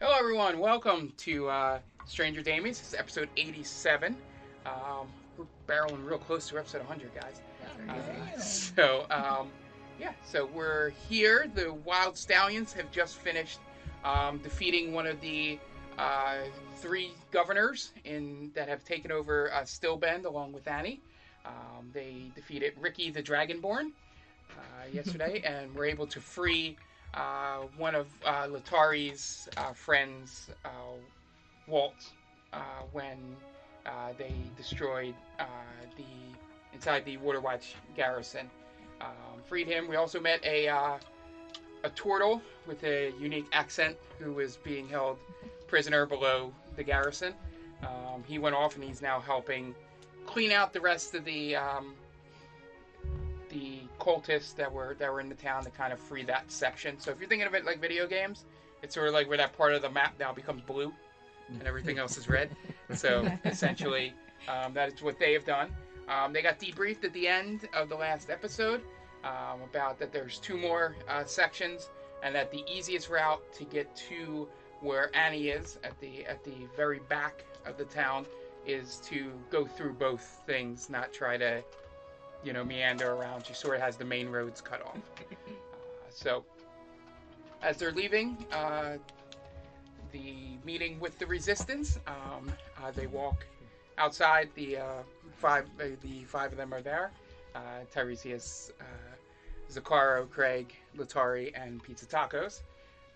everyone. Welcome to uh, Stranger Damies. This is episode 87. Um, we're barreling real close to episode 100, guys. Uh, so, um, yeah, so we're here. The Wild Stallions have just finished um, defeating one of the uh, three governors in that have taken over uh, Stillbend along with Annie. Um, they defeated Ricky the Dragonborn uh, yesterday and were able to free uh, one of uh, Latari's uh, friends, uh, Walt, uh, when uh, they destroyed uh, the inside the Waterwatch garrison. Um, freed him. We also met a uh, a turtle with a unique accent who was being held prisoner below the garrison. Um, he went off and he's now helping clean out the rest of the um, the cultists that were that were in the town to kind of free that section. So if you're thinking of it like video games, it's sort of like where that part of the map now becomes blue and everything else is red. So essentially, um, that is what they have done. Um, they got debriefed at the end of the last episode um, about that there's two more uh, sections and that the easiest route to get to where Annie is at the at the very back of the town is to go through both things, not try to you know meander around. She sort of has the main roads cut off. Uh, so as they're leaving uh, the meeting with the resistance, um, uh, they walk outside. The uh, five uh, the five of them are there. Uh, Tiresias, uh, Zaccaro, Craig, Latari, and Pizza Tacos.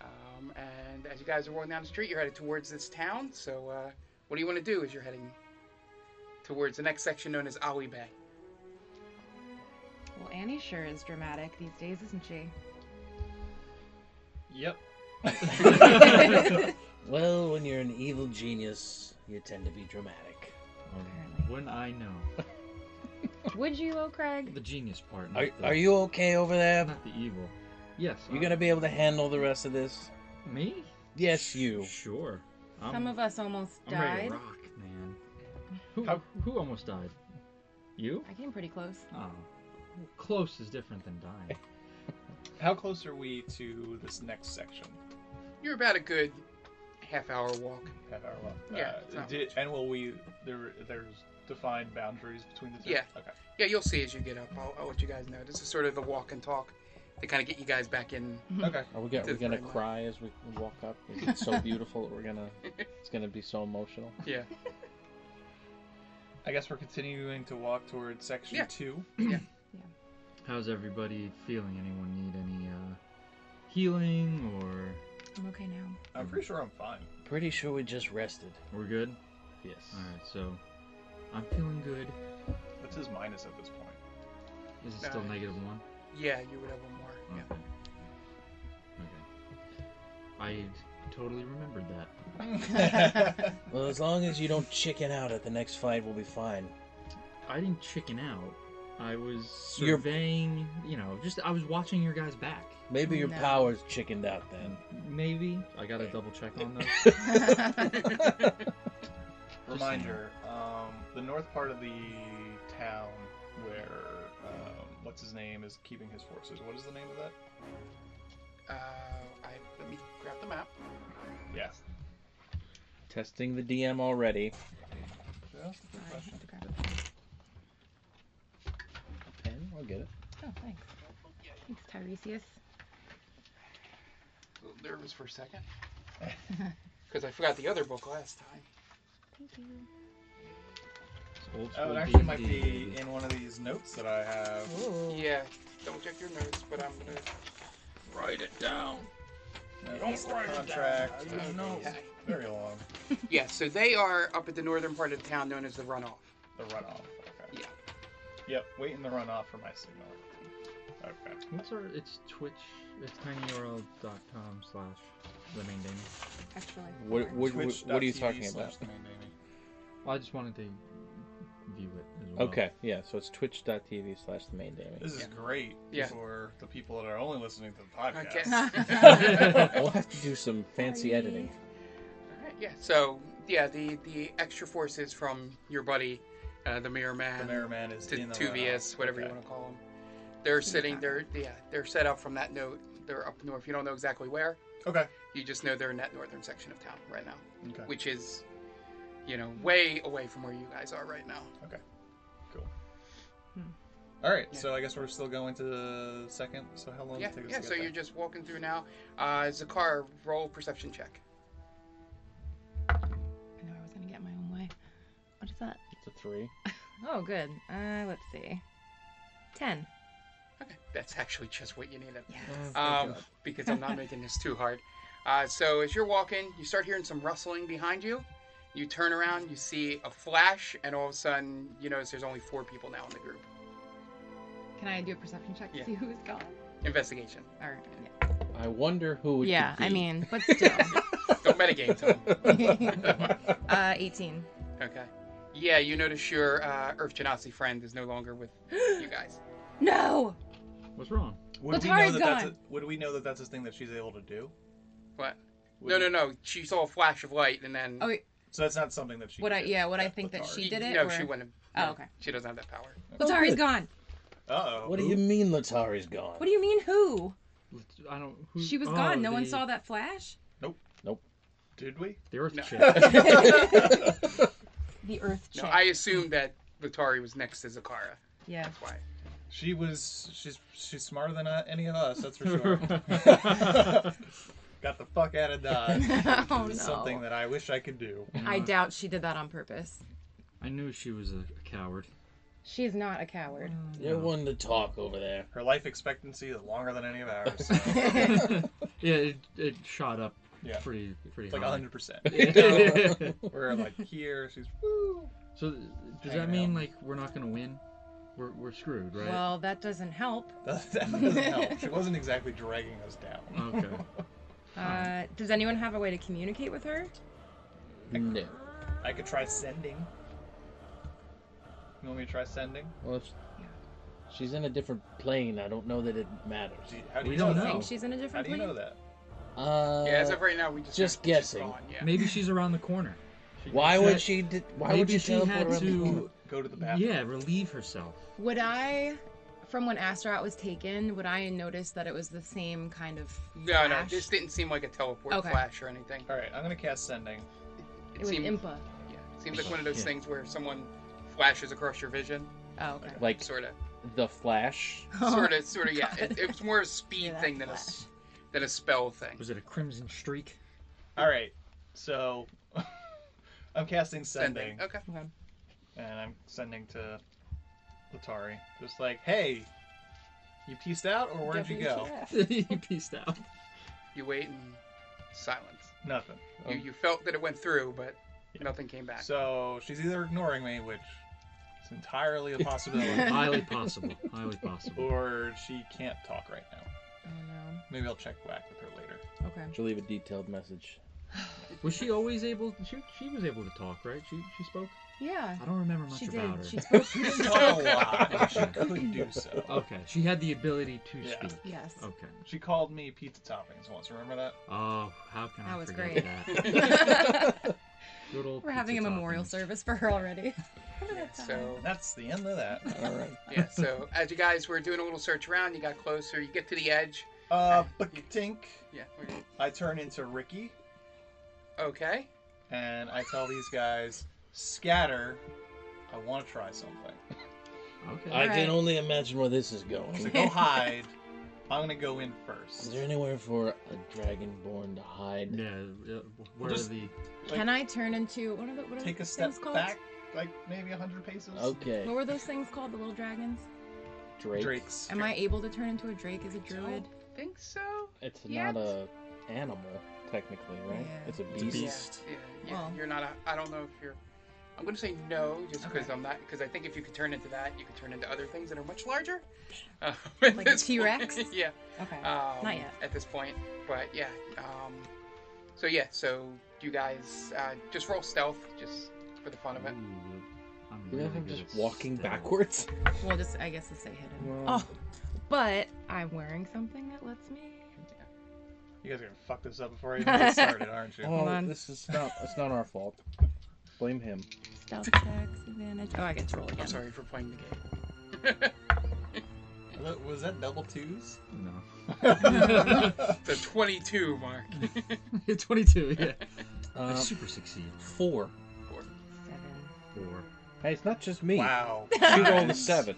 Um, and as you guys are walking down the street, you're headed towards this town. So, uh, what do you want to do as you're heading towards the next section known as Ali Bay? Well, Annie sure is dramatic these days, isn't she? Yep. Apparently. Well, when you're an evil genius, you tend to be dramatic. when I know Would you, oh Craig? the genius part, not Are, the, are you okay over there? not the evil? Yes. You uh, gonna be able to handle the rest of this? me? Yes, you. Sure. I'm, Some of us almost I'm ready died. to rock, man. Who, who almost died? You? I came pretty close. Oh. Close is different than dying. How close are we to this next section? You're about a good half hour walk. Half hour left. Yeah, Uh, it's not di- much. and will we? There, there's defined boundaries between the two. Yeah. Okay. Yeah, you'll see as you get up. I'll, I'll let you guys know. This is sort of the walk and talk to kind of get you guys back in. Okay. Are we, gonna- are we gonna Different. cry as we walk up? Is it so beautiful that we're gonna? It's gonna be so emotional. Yeah. I guess we're continuing to walk towards section Yeah. two. How's everybody feeling? Anyone need any uh, healing or I'm okay now. I'm pretty sure I'm fine. Pretty sure we just rested. we're good? Yes. All right, so I'm feeling good. What's his minus at this point? Is it still Nice. negative one? Yeah, you would have one more. Mm. Yeah. Okay. Okay. I totally remembered that. Well, as long as you don't chicken out at the next fight, we'll be fine. I didn't chicken out. I was Your- surveying, you know, just I was watching your guys back. Maybe your No. powers chickened out And then. maybe I gotta double check on those. Reminder: um, the north part of the town where um, what's his name is keeping his forces. What is the name of that? Uh, I, let me grab the map. Yes. Testing the DM already. Just a quick I question. have to grab it. Pen, I'll get it. Oh, thanks. Thanks, Tiresias. A little nervous for a second. Because I forgot the other book last time. Thank you. It's old Oh, school it actually might D&D, be baby. in one of these notes that I have. Yeah, double check your notes, but I'm gonna. Write it down. Notes, contract. uh, Okay. Very long. Yeah, so they are up at the northern part of the town known as the Runoff. The runoff. Okay. Yeah. Yep. Waiting the runoff for my signal. Okay. What's our? It's Twitch. It's tinyurl.com slash the main Damon. Actually. What four. what, what, what are you Twitch.tv talking about? slash Nine Baby. Well, I just wanted to view it as well. Okay, yeah. So it's twitch.tv slash the main This is Yeah. great Yeah. for the people that are only listening to the podcast. Okay. damage. we'll have to do some fancy Sorry. editing. Alright, yeah, so, yeah, the, the extra forces from your buddy, uh, the Mirror Man. The mayor man is to in the Tuvius, runoff. whatever you Okay. want to call them. They're sitting there, yeah, they're set up from that note They're up north. You don't know exactly where. Okay. You just know they're in that northern section of town right now, Okay. which is, you know, way away from where you guys are right now. All right. Yeah. So I guess we're still going to the second. So how long yeah, does it take us yeah. to get So there? you're just walking through now. Uh, Zakar, roll perception check. I know I was gonna get my own way. What is that? It's a three. Oh, good. Uh, let's see. Ten. Okay, that's actually just what you needed. Yes. um, because I'm not making this too hard. Uh, so as you're walking, you start hearing some rustling behind you. You turn around, you see a flash, and all of a sudden, you notice there's only four people now in the group. Can I do a perception check to Yeah. see who's gone? Investigation. All right. I wonder Yeah. who would. yeah I mean, but still. Don't metagame to 'em. uh, eighteen. Okay. Yeah, you notice your uh, Earth Genasi friend is no longer with you guys. No. What's wrong? Would we know Latara's that that's a, gone. would we know that that's a thing that she's able to do? What? Would no, no, we- no. She saw a flash of light, and then Oh, So that's not something that she. Would I- did, yeah, would I think that she did it, No, or- she wouldn't. Oh, no, okay. She doesn't have that power. Latari's gone. Uh oh. What do you mean Latari's gone? What do you mean? Who? Let's- I don't. Who, She was oh, gone. No one the- saw that flash. Did we? The Earth No. chick. The Earth No, chick. I assumed that Latari was next to Zakara. Yeah. That's why. She was. She's she's smarter than uh, any of us. That's for sure. Got the fuck out of Dodge. Oh, This is no. Something that I wish I could do. I doubt she did that on purpose. I knew she was a, a coward. Oh, She is not a coward. You're one to talk over there. Her life expectancy is longer than any of ours. so Yeah, it, it shot up Yeah. pretty pretty it's like high. hundred percent. Yeah. We're like here. She's woo. so th- does Hanging that mean out. like we're not gonna win? We're, we're screwed, right? Well, that doesn't help. That, that doesn't help. She wasn't exactly dragging us down. Okay. Uh, does anyone have a way to communicate with her? No. I could try sending. You want me to try sending? Well, if she's in a different plane. I don't know that it matters. Do you- how do We you don't know know. Think that? she's in a How different do you plane? know that? Uh, yeah, as of right now, we just just know that she's guessing. gone, yeah. Maybe she's around the corner. She why could would set- she? Did, why maybe would you she teleport had around the to- corner? Go to the bathroom. Yeah, relieve herself. Would I, from when Astarat was taken, would I notice that it was the same kind of? No, no, flash? this didn't seem like a teleport Okay. flash or anything. All right, I'm gonna cast sending. It, It was seemed, Impa. yeah, it seems like one of those Yeah. things where someone flashes across your vision, Oh, okay. Like sort of, the Flash? sort of, sort of. Yeah, it, Oh God. it was more a speed Yeah, that thing than a s- than a spell thing. Was it a crimson streak? All right, so I'm casting sending, Sending. Okay. Okay. and I'm sending to Latari. Just like, hey, you pieced out, or where'd you go? WTF. you peaced out. You wait in silence. Nothing. You Um, you felt that it went through, but Yeah. nothing came back. So she's either ignoring me, which is entirely a possibility, Highly possible. Highly possible. or she can't talk right now. Oh no. Maybe I'll check back with her later. Okay. She'll leave a detailed message. Was she always able? She she was able to talk, right? She she spoke. Yeah. I don't remember much She did. about her. She spoke. She didn't talk a lot, but she could do so. Okay, she had the ability to Yeah. speak. yes. Oh. Okay. She called me pizza toppings once. Remember that? Oh, how can I That was forget great. that? Good old We're having a pizza memorial toppings. service for her already. Remember Yeah, that time? so And that's the end of that. All right. yeah, so as you guys were doing a little search around, you got closer. You get to the edge. Uh, Tink. Yeah. we're- I turn into Ricky Okay. and I tell these guys, scatter. I want to try something. Okay. I Alright. can only imagine where this is So going. go hide. I'm gonna go in Is first. there anywhere for a dragonborn to hide? yeah. uh, Where Just- are the? Can I turn into what are the what are Take a those step things called? back, like maybe hundred paces. Okay. What were those things called? The little dragons. Drake. Drakes. Am I able to turn into a drake as a druid? Think so. It's Yeah. not a animal technically, right? Yeah. It's a It's a beast. beast. Yeah, yeah. Well- You're not. A, I don't know if you're. I'm gonna say no, just because Okay. I'm not. Because I think if you could turn into that, you could turn into other things that are much larger. Uh, Like a T-Rex? yeah. Okay. Um, Not yet. At this point, but yeah. Um, so yeah. So you guys uh, just roll stealth, just for the fun of it. Ooh, I'm You really guys are good just at walking stealth. backwards. well, just I guess let's say hidden. Well- Oh, but I'm wearing something that lets me. You guys are gonna fuck this up before I even get started, aren't you? Oh, Hold on. this is not. It's not our fault. Blame him. Stealth checks advantage. Oh, I get to roll again. I'm sorry for playing the game. I What, was that double twos? No. So 22, Mark. 22, yeah. I Uh, super succeed. four. Seven. Four. Hey, it's not just me. wow. You rolled a seven.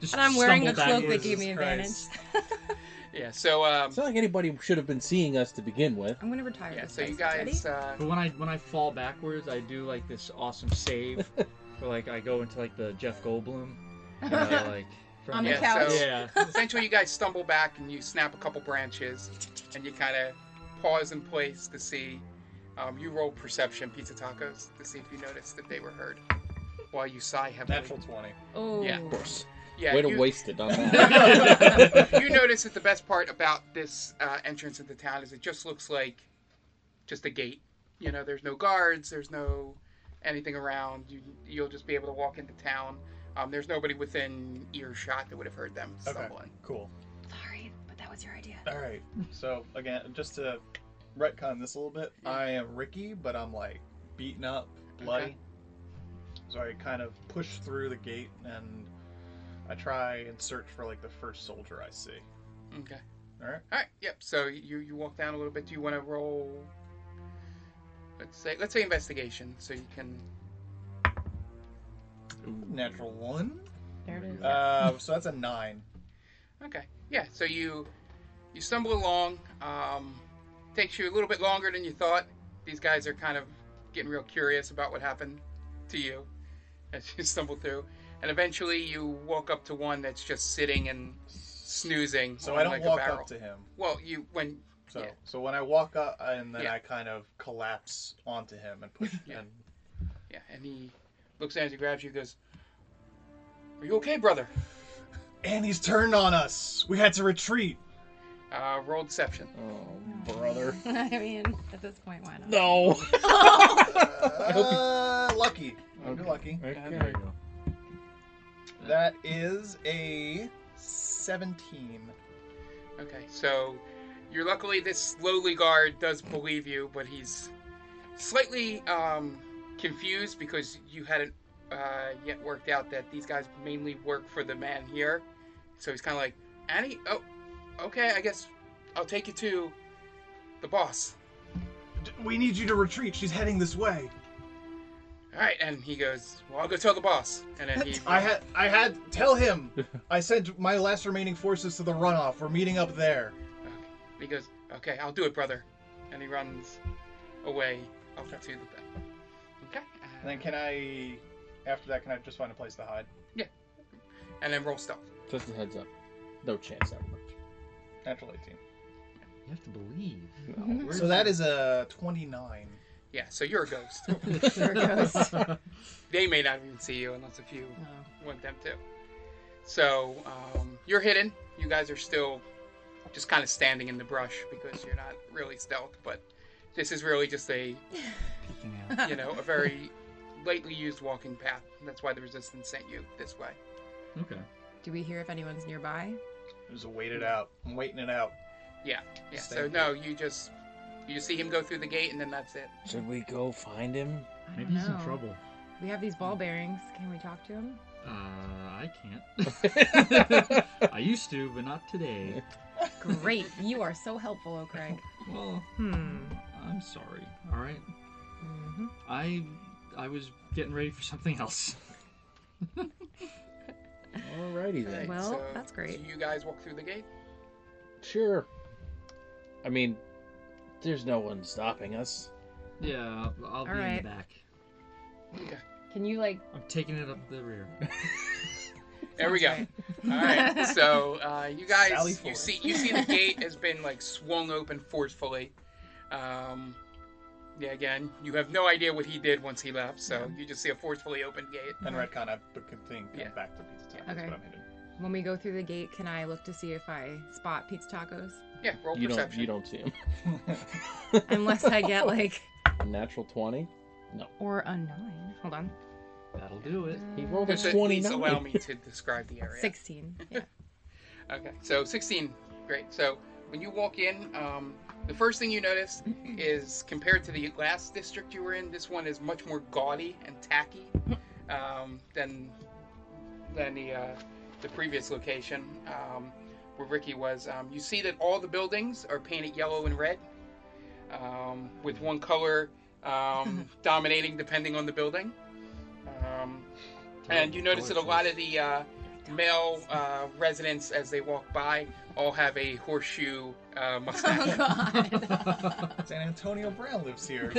Just And I'm wearing a stumble cloak that backwards. gave me Jesus advantage. Christ. Yeah, so, um, It's not like anybody should have been seeing us to begin with. I'm gonna retire. yeah, this so you dice. Ready? guys, uh, But when I when I fall backwards, I do like this awesome save. where, like I go into like the Jeff Goldblum. And I, uh, like from On the yeah, couch. so- Yeah. essentially you guys stumble back and you snap a couple branches and you kind of pause in place to see um, you roll perception pizza tacos to see if you noticed that they were heard while you sigh heavily Natural 20. Oh. Yeah. Of course. yeah Way to you, waste it on that. yeah. you notice that the best part about this uh, entrance into town is it just looks like just a gate you know there's no guards there's no anything around you, you'll just be able to walk into town um, there's nobody within earshot that would have heard them Okay. stumbling Cool. Sorry, but that was your idea. All right. So again, just to retcon this a little bit, I am Ricky, but I'm like beaten up, bloody. Okay. So I kind of push through the gate and I try and search for like the first soldier I see. okay All right. All right. Yep. So you you walk down a little bit. Do you want to roll? Let's say let's say investigation, so you can. Ooh. Natural one. There it is. Uh, so that's a nine. Okay. Yeah. So you you stumble along. Um, takes you a little bit longer than you thought. These guys are kind of getting real curious about what happened to you as you stumble through, and eventually you walk up to one that's just sitting and snoozing. So on I don't like a walk barrel. up to him. Well, you when So Yeah. so when I walk up and then Yeah. I kind of collapse onto him and push Yeah. and yeah, and he looks down as he grabs you, and goes, "Are you okay, brother?" and he's turned on us. We had to retreat. Uh, roll deception. oh, brother. I mean, at this point, why not? No. Uh, lucky. I'm Okay. lucky. There you Okay. go. That is a 17. Okay, so you're luckily this lowly guard does believe you, but he's slightly um, confused because you hadn't uh, yet worked out that these guys mainly work for the man here. So he's kind of like, Annie, oh, okay, I guess I'll take you to the boss. D- We need you to retreat. She's heading this way. All right, and he goes, well, I'll go tell the boss. And then he, I had, I had, tell him. I sent my last remaining forces to the runoff. We're meeting up there. he goes, okay, I'll do it, brother. And he runs away up to the bed. Okay. uh, And then can I, after that, can I just find a place to hide? and then roll stealth. Just a heads up. No chance that much. Natural 18. You have to believe. Where's So that is a 29. Yeah, so you're a ghost. There it goes. No. they may not even see you unless if you want them to. So um, you're hidden. You guys are still just kind of standing in the brush because you're not really stealth. But this is really just a peeking out. you know a very lightly used walking path. That's why the resistance sent you this way. Okay. Do we hear if anyone's nearby? Just wait it out. I'm waiting it out. Yeah. So Thank no, you just you see him go through the gate and then that's it. Should we go find him? I don't Maybe he's in know. trouble. We have these ball bearings. Can we talk to him? Uh, I can't. I used to, but not today. Great. you are so helpful, O'Craig. Well, Hmm. I'm sorry. All right. hmm I I was getting ready for something else. Alrighty then. Right, Well, so that's great. do you guys walk through the gate. Sure. I mean, there's no one stopping us. Yeah, I'll, I'll be right. in the back. Can you like? I'm taking it up the rear. There we go. Sounds All right. So uh, you Sally guys, you Forth. see, you see the gate has been like swung open forcefully. Um, yeah. Again, you have no idea what he did once he left. So you just see a forcefully opened gate. And Redcon, I b- can think Yeah. I'm back to Pizza Time. Okay. That's what I'm hitting. When we go through the gate, can I look to see if I spot pizza tacos? Yeah. Roll You don't. perception. You don't see him. Unless I get like Natural twenty. or a nine. Hold on. That'll do it. He rolled a Just at least twenty-nine. allow me to describe the area. Mm, Sixteen. Yeah. Okay. So 16. Great. So when you walk in, um, the first thing you notice is compared to the last district you were in, this one is much more gaudy and tacky um, than than the uh, the previous location um, where Ricky was. Um, you see that all the buildings are painted yellow and red, um, with one color um, dominating depending on the building. Um, and you notice that a lot of the uh, male uh, residents, as they walk by, all have a horseshoe uh, Oh mustache. god. San Antonio Brown lives here.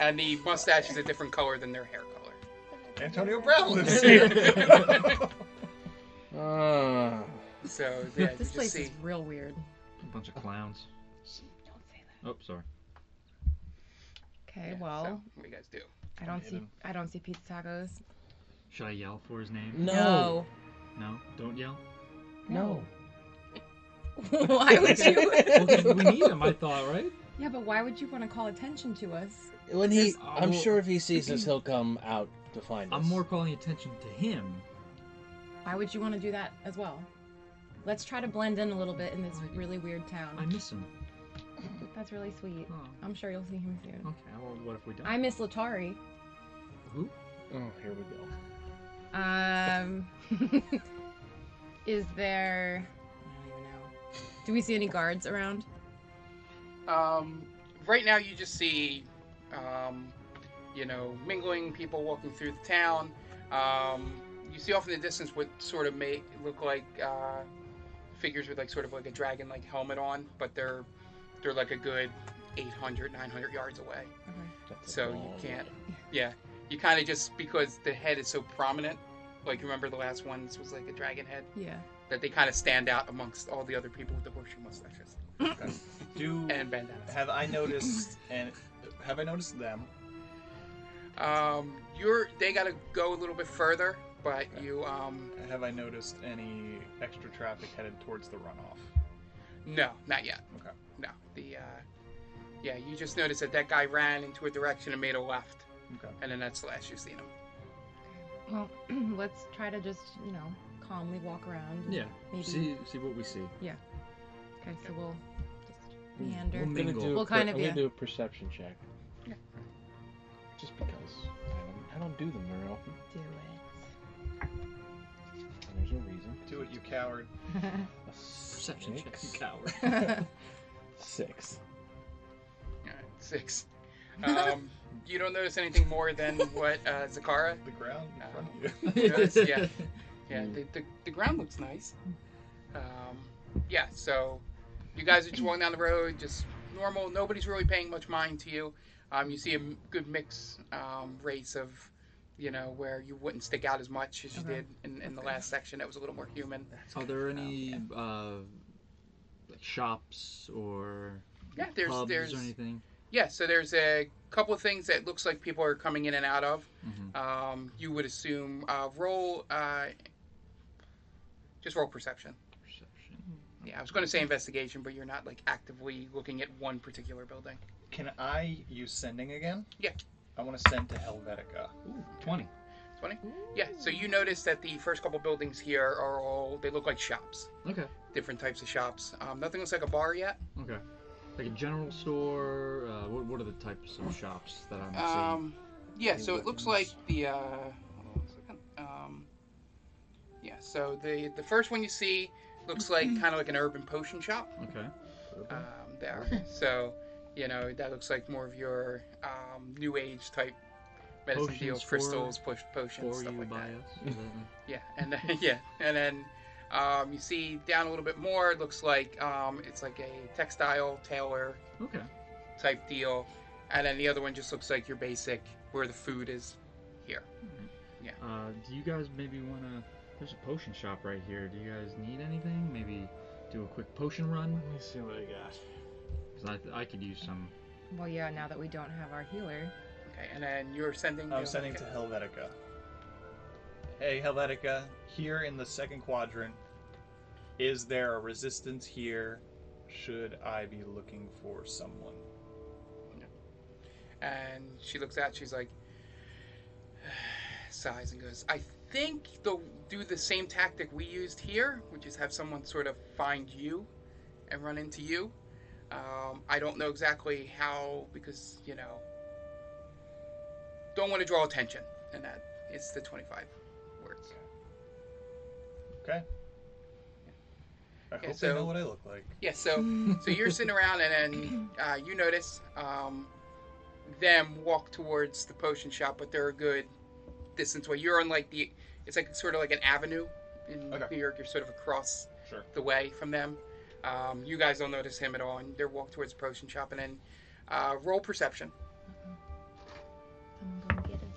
and the mustache is a different color than their hair color. Antonio Brown lives here. Uh, Ah. So yeah, this you place just see. is real weird. A bunch of clowns. Don't say that. Oh, sorry. Okay, Yeah, so well, what do you guys do? I don't see Hidden. I don't see pizza tacos. Should I yell for his name? No. No, don't yell. No. why would you? Well, 'cause we need him. I thought, right? yeah, but why would you want to call attention to us? When he, Oh, I'm well- sure if he sees us, he'll come out to find us. I'm more calling attention to him. Why would you want to do that as well? Let's try to blend in a little bit in this really weird town. I miss him. That's really sweet. Oh, I'm sure you'll see him soon. okay. Well, what if we don't? I miss Latari. Who? Oh, here we go. Um, is there? I don't even know. Do we see any guards around? Um, right now, you just see, um, you know, mingling people walking through the town. Um, you see off in the distance what sort of may look like uh, figures with like sort of like a dragon-like helmet on, but they're they're like a good 800, 900 yards away. Okay. That's a So you long can't. way. Yeah, you kind of just because the head is so prominent. Like remember the last one, this was like a dragon head Yeah. that they kind of stand out amongst all the other people with the horseshoe mustaches Do and bandanas. have I noticed and have I noticed them? Um, you're they gotta go a little bit further, but Okay. you um Have I noticed any extra traffic headed towards the runoff? no, not yet. Okay. No, the uh, yeah, you just noticed that that guy ran into a direction and made a left, Okay. and then that's the last you've seen him. Well, let's try to just you know calmly walk around. and Yeah. Maybe. See, see what we see. Okay, so we'll just meander. We'll I'm gonna mingle. do a Well, per- kind of, I'm gonna yeah. do a perception check. Yeah. Just because I don't, I don't do them very often. Do it. and There's a reason. Do it, you coward. A Perception check, six. you coward. Six. All right, six. Um, you don't notice anything more than what uh, Zakara. The ground in front of you. Uh. Yes, yeah. Yeah, Mm. the, the, the ground looks nice. Um, yeah, so you guys are just walking down the road, just normal. Nobody's really paying much mind to you. Um, you see a m- good mix um, race of, you know, where you wouldn't stick out as much as you Okay. did in, in the good. last section that was a little more human. Are there any uh, like shops or Yeah, there's pubs there's or anything? yeah. So there's a couple of things that looks like people are coming in and out of. Mhm. Um, you would assume uh, roll uh, just roll perception. Perception. Yeah, I was going to say investigation, but you're not like actively looking at one particular building. Can I use sending again? Yeah. I want to send to Helvetica. Ooh, Twenty. Yeah, so you notice that the first couple buildings here are all they look like shops, Okay. different types of shops. Um, nothing looks like a bar yet. Okay. Like a general store. Uh, what, what are the types of shops that I'm seeing? Um, yeah, Any so it looks like weapons? the. Uh, hold on a second. Um, yeah, so the the first one you see looks like kind of like an urban potion shop Okay. um, there. So you know that looks like more of your um, new age type medicine deal, Potions for- crystals, push potions, For stuff you like by that. us. Is that- Yeah, and then, yeah, and then um, you see down a little bit more. It looks like um, it's like a textile tailor Okay. type deal, and then the other one just looks like your basic where the food is here. Uh, do you guys maybe want to? There's a potion shop right here. Do you guys need anything? Maybe do a quick potion run. Let me see what I got. Cause I, I could use some. Well, yeah. Now that we don't have our healer, Okay, and then you're sending. I'm sending to okay. Helvetica. Hey, Helvetica, here in the second quadrant, is there a resistance here? Should I be looking for someone? And she looks out. She's like, sighs and goes, "I think they'll do the same tactic we used here, which is have someone sort of find you and run into you. Um, I don't know exactly how because you know don't want to draw attention, and that it's the twenty-five words. Okay. I hope so- they know what I look like. Yeah, so so you're sitting around, and then uh, you notice um, them walk towards the potion shop, but they're a good distance away. You're on like the, it's like sort of like an avenue in Okay. New York. You're sort of across Sure. the way from them. Um, you guys don't notice him at all, and they're walk towards the potion shop, and then uh, roll perception. I'm gonna get him.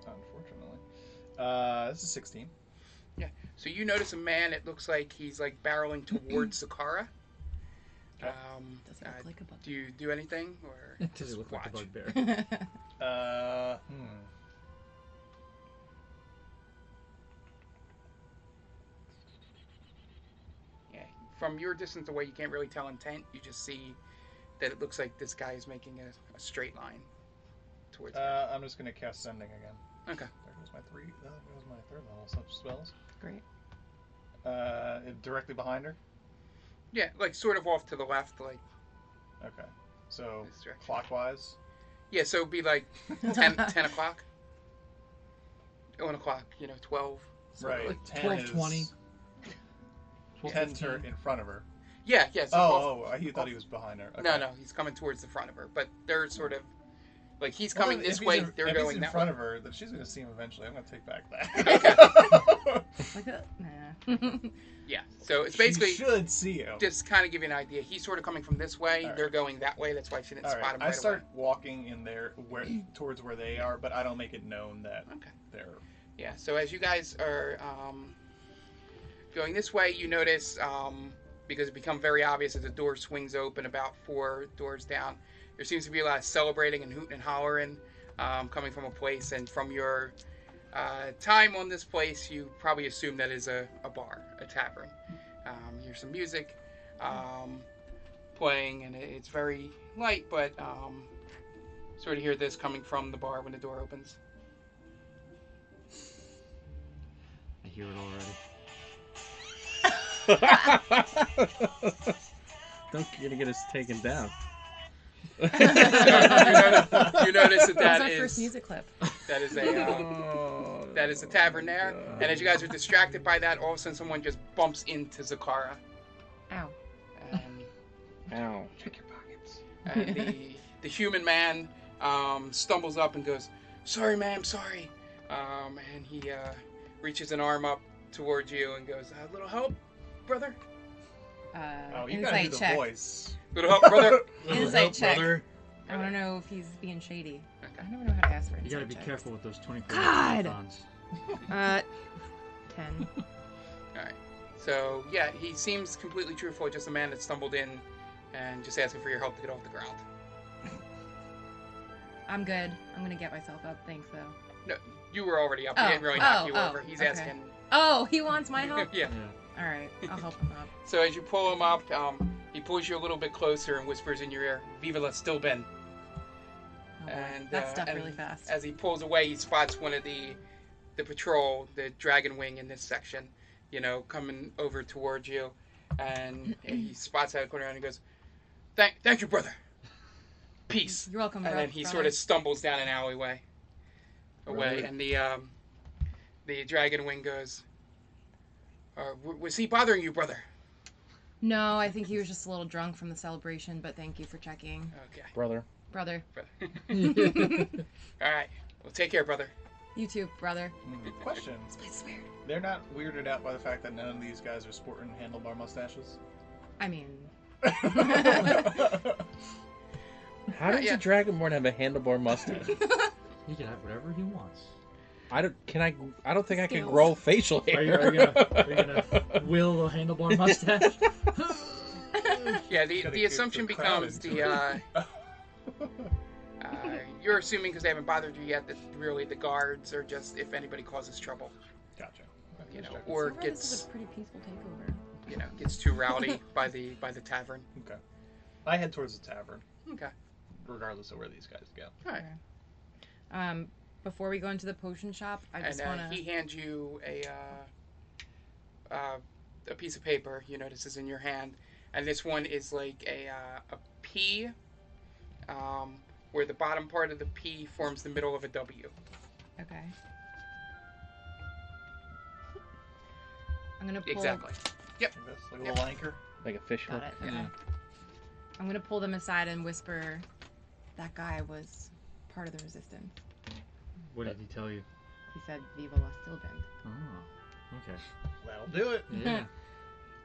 Unfortunately. Uh, this is 16. So you notice a man. It looks like he's like barreling towards Sakara. Um, Does he uh, look like a bug? do you do anything or Does it look like a Watch. bugbear? Uh, hmm. Yeah, from your distance away, you can't really tell intent. You just see that it looks like this guy is making a, a straight line towards. Uh, I'm just gonna cast sending again. Okay. There goes my three. uh, There goes my third level such spells. Great. Uh, directly behind her. yeah, like sort of off to the left, like Okay. So this direction. clockwise. Yeah, so it'd be like 10, 10 o'clock, Oh, one o'clock, you know, twelve. Right. like 10 12, is 20. 12, Ten to 15. in front of her. Yeah, yeah. So off- Oh, oh, I- he thought he was behind her. Okay. no, no, he's coming towards the front of her, but they're sort of like he's coming Well, this if way. He's in, they're if going he's in that front way. of her. Then she's gonna see him eventually. I'm gonna take back that. Like a, nah. Yeah, so it's basically She should see him. just kind of give you an idea. He's sort of coming from this way. All right. They're going that way. That's why she didn't All spot right, him. I right start away. walking in there where towards where they are, but I don't make it known that Okay. they're Yeah, so as you guys are um, going this way, you notice, um, because it become very obvious that the door swings open about four doors down, there seems to be a lot of celebrating and hooting and hollering um, coming from a place. And from your uh, time on this place, you probably assume that is a, a bar, a tavern. Um, you hear some music um, playing, and it- it's very light, but um, sort of hear this coming from the bar when the door opens. I hear it already. Don't you're gonna get us taken down. you, notice, you notice that That was that our first is music clip. that is a uh, that is a tavern there. And as you guys are distracted by that, all of a sudden someone just bumps into Zakara, Ow. and, Ow. and the the human man um, stumbles up and goes, "Sorry, ma'am, sorry." Um, and he uh, reaches an arm up towards you and goes, "A little help, brother. Uh, Oh, you gotta do insight the check. voice. Little help, brother." Insight check. Brother, I don't know if he's being shady. Okay. I never know how to ask for You insight gotta be checks. careful with those 24 God! pythons. Uh, ten. So yeah, he seems completely truthful. Just a man that stumbled in and just asking for your help to get off the ground. I'm good. I'm gonna get myself up. Thanks, though. You were already up. Oh, he didn't really knock oh, you oh, over. He's okay. asking. Oh, he wants my help. yeah. Yeah. All right, I'll help him up. So as you pull him up, um, he pulls you a little bit closer and whispers in your ear, "Viva la still Ben." Oh, boy. And, that uh, stuck and really fast. As he pulls away, he spots one of the the patrol, the Dragon Wing in this section, you know, coming over towards you, and he spots out of the corner and he goes, "Thank, thank you, brother. Peace." You're welcome, and bro- then he brother. sort of stumbles down an alleyway away Right. and the um, the dragon wing goes uh, w- was he bothering you brother No, I think he was just a little drunk from the celebration, but thank you for checking, okay Brother. brother. brother all right well take care brother You too, brother. Hmm, Question: This place is weird. They're not weirded out by the fact that none of these guys are sporting handlebar mustaches. I mean, How does Yeah. a dragonborn have a handlebar mustache? He can have whatever he wants. I don't. Can I? I don't think I can Scales. grow facial hair. Are you, are you gonna, are you gonna will a handlebar mustache? yeah the, the Gotta keep assumption the crowd becomes into the uh, uh, you're assuming because they haven't bothered you yet that really the guards are just if anybody causes trouble gotcha. you know Check. or So far, This is gets a pretty peaceful takeover. you know gets too rowdy by the by the tavern Okay. I head towards the tavern, okay regardless of where these guys go. all right um, before we go into the potion shop, I and just uh, wanna. he hands you a uh, uh, a piece of paper. You notice is in your hand, and this one is like a uh, a P, um, where the bottom part of the P forms the middle of a W. Okay. I'm gonna pull. Exactly. That's like a little anchor. Like a fish Got hook. it. Okay. Yeah. I'm gonna pull them aside and whisper, "That guy was part of the resistance." What did he tell you? He said, "Viva Los Tilden." Oh, okay. That'll do it. Yeah.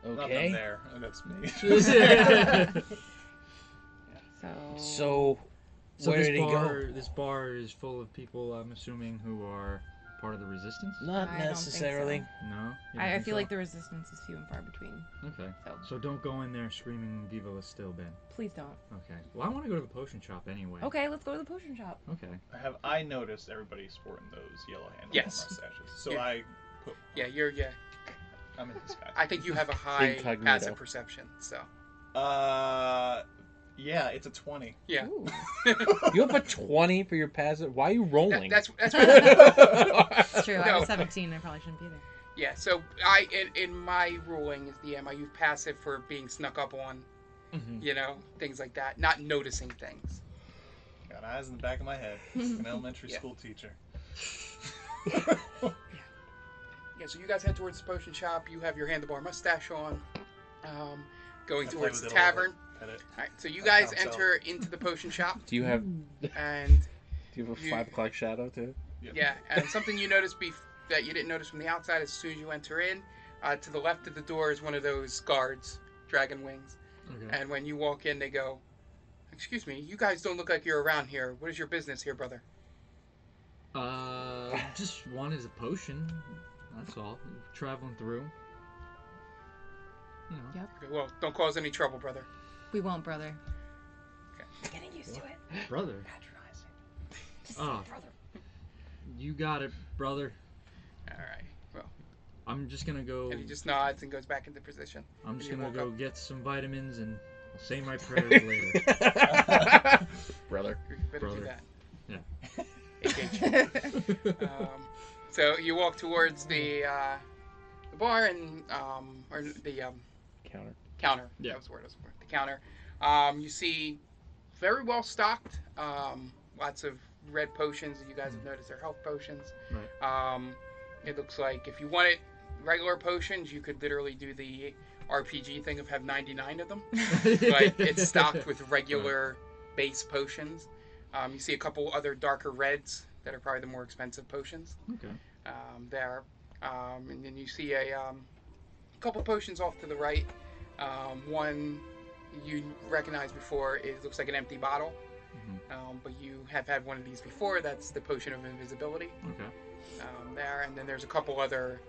Nothing Okay. there. Oh, that's me. So. So, so where this did he bar, go? this bar is full of people. I'm assuming who are part of the resistance. Not I don't think necessarily. so. No. You don't I, I think feel so? like the resistance is few and far between. Okay. So So don't go in there screaming "Viva la Still Ben." please don't. Okay. Well, I want to go to the potion shop anyway. Okay, let's go to the potion shop. Okay. Have I noticed everybody sporting those yellow handle Yes. mustaches? So Yeah. I, Yeah, you're yeah. I'm in disguise. I think you have a high Incognito. passive perception. So Uh, yeah, it's a twenty. yeah, Ooh. You have a 20 for your passive. Why are you That- rolling? that's that's what, It's true. I No. was 17. I probably shouldn't be there. yeah. So I in, in my ruling as DM, I use passive for being snuck up on, Mhm. you know, things like that, not noticing things. Got eyes in the back of my head. An elementary Yeah. school teacher. Yeah. So you guys head towards the potion shop. You have your handlebar mustache on, um, going I play towards the with it a lot. tavern. Got it. All right. So you I guys found enter into the potion shop, do you have and do you have a You- five o'clock shadow too? yeah, and something you notice bef- that you didn't notice from the outside as soon as you enter in. Uh, to the left of the door is one of those guards, dragon wings. Mm-hmm. Okay. And when you walk in, they go, Excuse me, you guys don't look like you're around here. What is your business here, brother? Uh, just one is a potion. That's all. Traveling through. You know. Okay, well, don't cause any trouble, brother. We won't, brother. Getting used to it. Brother. Naturalize it. Just Oh. brother. You got it, brother. All right. I'm just gonna go. And he just nods and goes back into position. I'm just you gonna woke go get some vitamins and I'll say my prayers later. Brother. You better do Brother. that. Yeah. AKG. um, so you walk towards the uh, the bar and um, or the um, Counter. counter. Yeah. That was the word I was looking for. The counter. Um, you see, very well stocked. Um, lots of red potions. You guys have noticed they're health potions. Right. Um, it looks like if you wanted regular potions, you could literally do the RPG thing of have 99 of them. like it's stocked with regular base potions. Um, you see a couple other darker reds that are probably the more expensive potions Okay. um, there. Um, and then you see a um, couple potions off to the right. Um, one you recognize before, it looks like an empty bottle. Um, but you have had one of these before. That's the potion of invisibility Okay. um, there. And then there's a couple other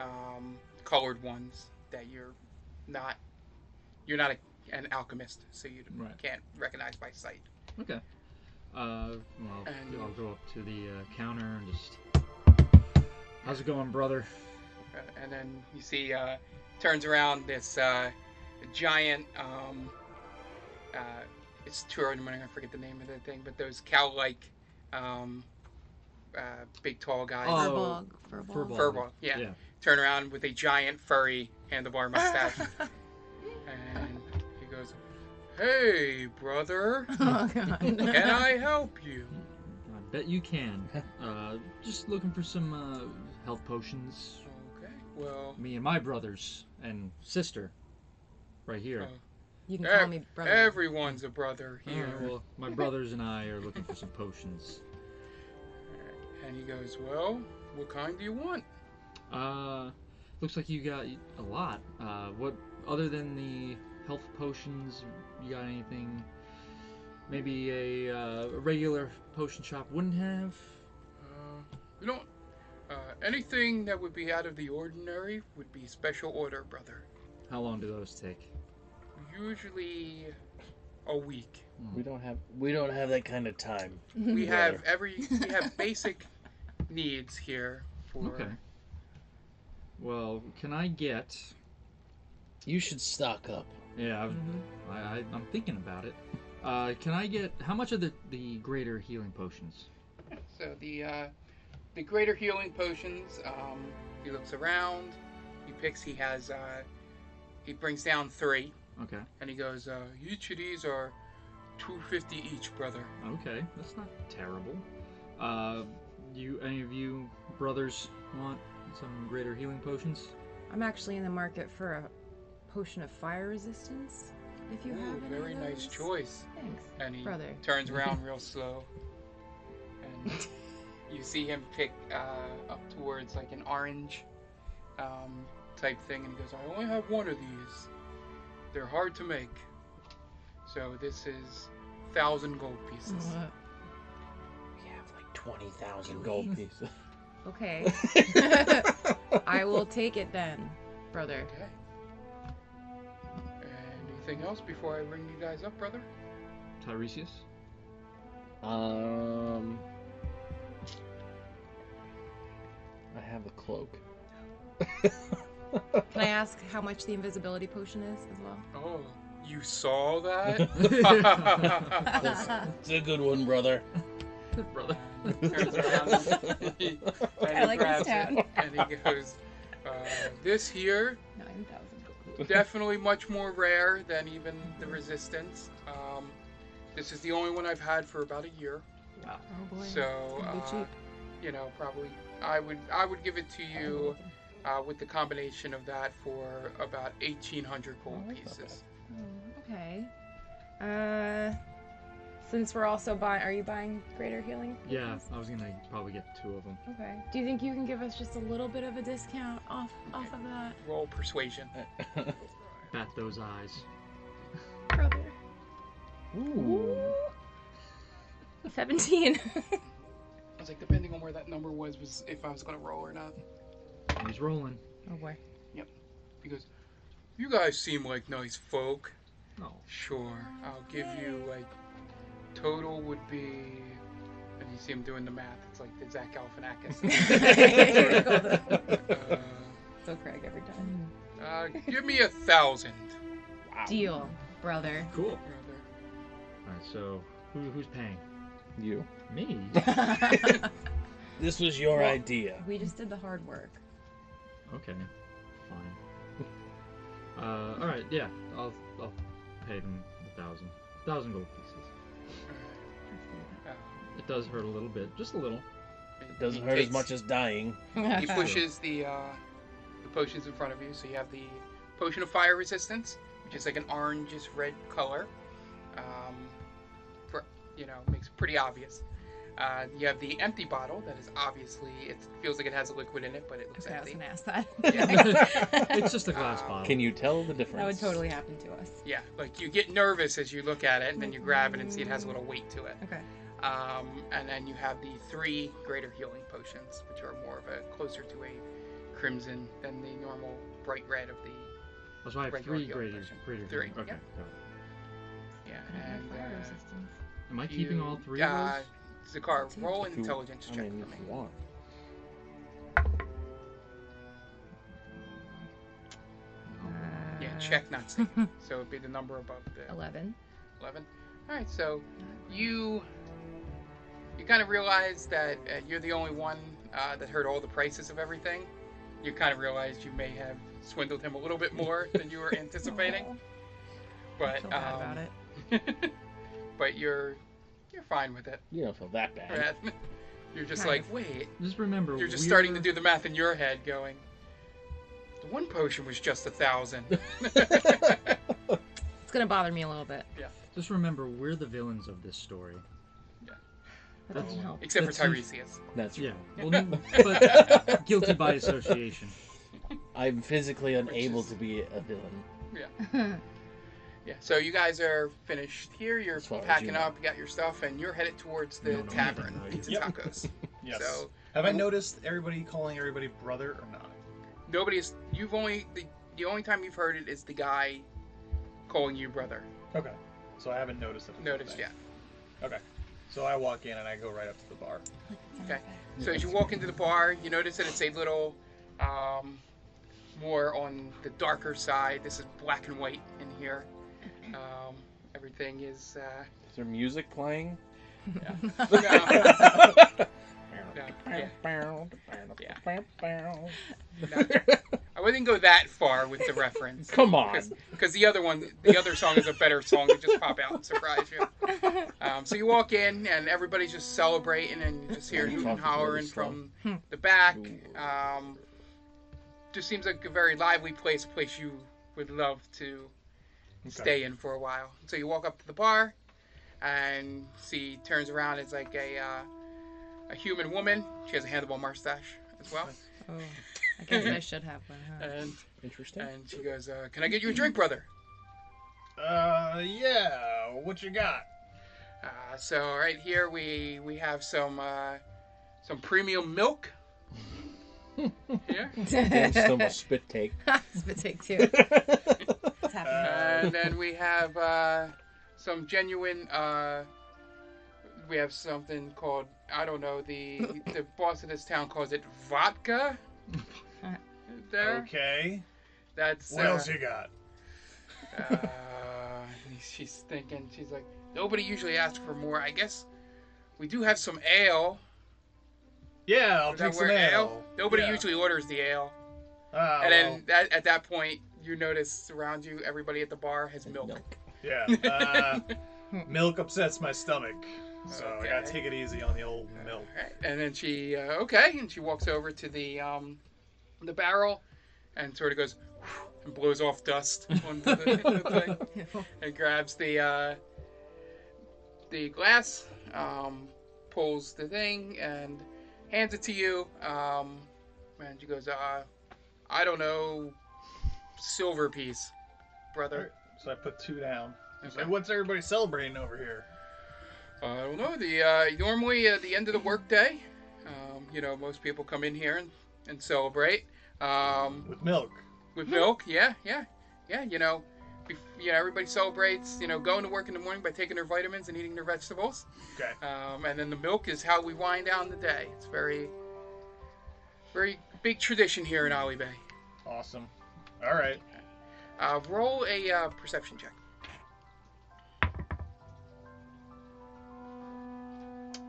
um, colored ones that you're not you're not a, an alchemist, so you Right. can't recognize by sight. Okay. Uh, well, And- I'll go up to the uh, counter and just. How's it going, brother? Uh, and then you see uh, turns around this uh, giant um, uh, it's too early in the morning I forget the name of the thing but those cow like um, uh, big tall guys Oh, Furbog. Furbog. Furbog. furball yeah. Yeah. turn around with a giant furry handlebar mustache and he goes hey brother oh god. can I help you I bet you can. Uh, just looking for some uh, health potions. okay well Me and my brothers and sister, right here. Oh, You can Ev- call me brother. everyone's a brother All here right, well, my brothers and I are looking for some potions. and he goes well what kind do you want Uh, looks like you got a lot. Uh, what other than the health potions, you got anything? Maybe a, uh, a regular potion shop wouldn't have. Uh, we don't. Uh, anything that would be out of the ordinary would be special order, brother. How long do those take? Usually a week. We don't have we don't have that kind of time. Mm-hmm. We have Brother. every we have basic needs here for Okay. Well, can I get? You should stock up. Yeah, I've, Mhm. I, I, I'm thinking about it. Uh, can I get how much of the the greater healing potions? so the uh, the greater healing potions. Um, he looks around. He picks. He has. Uh, he brings down three, Okay. and he goes. Uh, each of these are two fifty each, brother. Okay, that's not terrible. Uh, you, any of you brothers want some greater healing potions? I I'm actually in the market for a potion of fire resistance. If you have Ooh, any very of nice those. choice. Thanks. And he Brother. turns around real slow. And you see him pick uh, up towards like an orange um, type thing, and he goes, I only have one of these. They're hard to make. So this is thousand gold pieces. What? We have like 20,000 gold pieces. Okay. I will take it then, brother. Okay. Anything else before I ring you guys up, brother? Tiresias? Um, I have a cloak. Can I ask how much the invisibility potion is as well? Oh, you saw that? That's- It's a good one, brother. Brother. turns around and he, and I he like grabs this it and he goes, uh, "This here 9,000. definitely much more rare than even the Resistance. Um, this is the only one I've had for about a year, Oh so boy. It's gonna be uh, cheap. you know probably I would I would give it to you uh, with the combination of that for about eighteen hundred gold Oh, pieces. Hmm, Okay. Uh, since we're also buying, are you buying greater healing? Yeah, I was gonna probably get two of them. Okay. Do you think you can give us just a little bit of a discount off off of that, Roll persuasion. Bat those eyes. brother? Ooh. Seventeen. I was like, depending on where that number was, was if I was going to roll or not. He's rolling. oh boy. He goes, "You guys seem like nice folk." Oh. Sure. I'll give you like total would be and you see him doing the math, it's like the Zach Galifianakis. uh, So Craig every time. uh, give me a thousand. Deal, brother. Cool. brother. Alright, so who, who's paying? You. Me? This was your idea. We just did the hard work. Okay. Fine. Uh, alright, yeah. I'll, I'll pay them a thousand. Thousand gold pieces. Uh, It does hurt a little bit. Just a little. he Doesn't hurt as takes- much as dying. he pushes the uh, the potions in front of you. So you have the potion of fire resistance, which is like an orangish red color. Um, for, you know, makes it pretty obvious. Uh, you have the empty bottle that is obviously it feels like it has a liquid in it, but it looks Okay, I was empty. gonna ask that. It's just a glass Uh, bottle. Can you tell the difference? that would totally happen to us. Yeah, like you get nervous as you look at it, and then you grab it and see it has a little weight to it. Okay. Um, and then you have the three greater healing potions, which are more of a closer to a crimson than the normal bright red of the Oh, so I have Regular three heal greater, potion. greater Three, heal- Okay. got it. Yeah, I have and fire uh, resistance. Am I keeping you- all three of uh, those? Zakar, Two. roll If you- intelligence I check mean, for if you me. want. Yeah, check, not save. so it'd be the number above the Uh, Eleven. eleven. All right, so you you kind of realize that uh, you're the only one uh, that heard all the prices of everything. You kind of realized you may have swindled him a little bit more than you were anticipating, I but feel bad um, about it. but you're you're fine with it. You don't feel that bad. You're just Kind like, of. wait, Just remember, You're just we're- starting to do the math in your head, going, the one potion was just a thousand. It's gonna bother me a little bit. Just remember, we're the villains of this story. That doesn't That's- help. Except for That's you- Tiresias. That's Yeah. right. Well, n- but guilty by association. I'm physically unable is- to be a villain. Yeah, so you guys are finished here. You're As far as packing you know. up, you got your stuff, and you're headed towards the No, no, tavern. no, no, no. Pizza Yep. tacos. Yes. So Have I noticed everybody calling everybody brother or not? nobody's. You've only the the only time you've heard it is the guy calling you brother. Okay. So I haven't noticed it. Noticed yet? Okay. So I walk in and I go right up to the bar. Okay. So as you walk into the bar, you notice that it's a little um, more on the darker side. This is black and white in here. Um, everything is. Uh, Is there music playing? no. No, yeah, no. I wouldn't go that far with the reference Come on. because the other one, the other song is a better song to just pop out and surprise you. Um, so you walk in and everybody's just celebrating and you just hear Talking Newton really hollering slow. from the back. Um, just seems like a very lively place, a place you would love to stay in for a while. So you walk up to the bar, and she turns around. It's like a uh, a human woman. She has a handlebar mustache as well, Oh, I guess I should have one, huh? and Interesting. and she goes, uh, "Can I get you a drink, brother?" Uh, yeah. What you got? Uh, so right here we we have some uh, some premium milk. here, Dan still must spit take. Spit take two. What's happening? and then we have uh, some genuine. Uh, we have something called I don't know the the boss of this town calls it vodka. there, Okay. that's What uh, else you got? uh, she's thinking. She's like, nobody usually asks for more. I guess we do have some ale. Yeah, I'll Does that take some work? ale. Nobody Yeah. usually orders the ale. Ah, and then that, at that point, you notice around you, everybody at the bar has milk. well, yeah. Uh, milk upsets my stomach, so I gotta Hmm. Okay. take it easy on the old milk. Alright, And then she, uh, okay, and she walks over to the um, the barrel, and sort of goes and blows off dust onto the, the thing, and grabs the uh, the glass, um, pulls the thing, and hands it to you. Um, and she goes, uh, I don't know, silver piece, brother. So I put two down. Okay. So what's everybody celebrating over here? I don't know. The uh, normally at the end of the workday, um, you know, most people come in here and, and celebrate um, With milk. with milk. Yeah, yeah, yeah. You know, bef- you know, everybody celebrates. You know, going to work in the morning by taking their vitamins and eating their vegetables. Okay. Um, and then the milk is how we wind down the day. It's very, very big tradition here in Ollie Bay. Awesome. All right. Uh, roll a uh, perception check.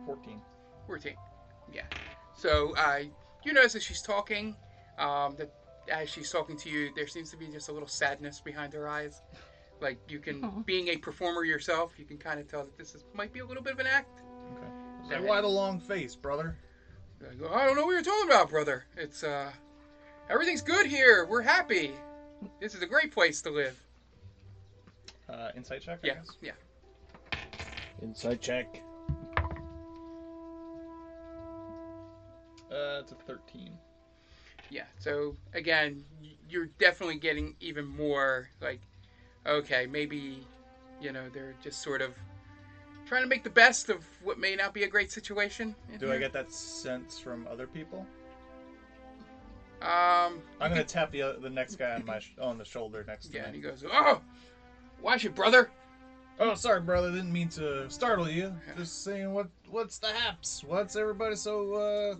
14. routine. Yeah. So uh, you notice as she's talking, um, that as she's talking to you, there seems to be just a little sadness behind her eyes. Like you can, being a performer yourself, you can kind of tell that this is, might be a little bit of an act. Say, why the long face, brother? I go, I don't know what you're talking about, brother. It's uh, everything's good here. We're happy. This is a great place to live. Uh, insight check, I Yeah, guess? yeah. Inside check. Uh, it's a 13. Yeah. So again, y- you're definitely getting even more like, okay, maybe, you know, they're just sort of trying to make the best of what may not be a great situation. in Do I here. get that sense from other people? Um. I'm gonna tap the uh, the next guy on my sh- on the shoulder next to Yeah. And he me. goes, oh, why should brother? Oh, sorry, brother. Didn't mean to startle you. Just saying, what what's the haps? What's everybody so uh,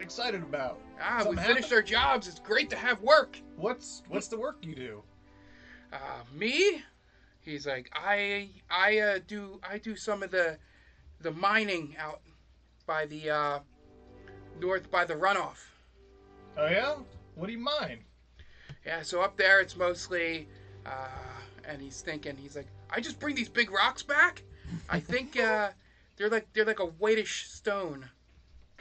excited about? Ah, we Something finished our jobs. It's great to have work. What's what's the work you do? Uh, me? He's like, I, I uh, do, I do some of the, the mining out by the uh, north by the runoff. Oh yeah, what do you mind? Yeah, so up there it's mostly, uh, and he's thinking he's like, I just bring these big rocks back. I think uh, they're like they're like a whitish stone. Uh,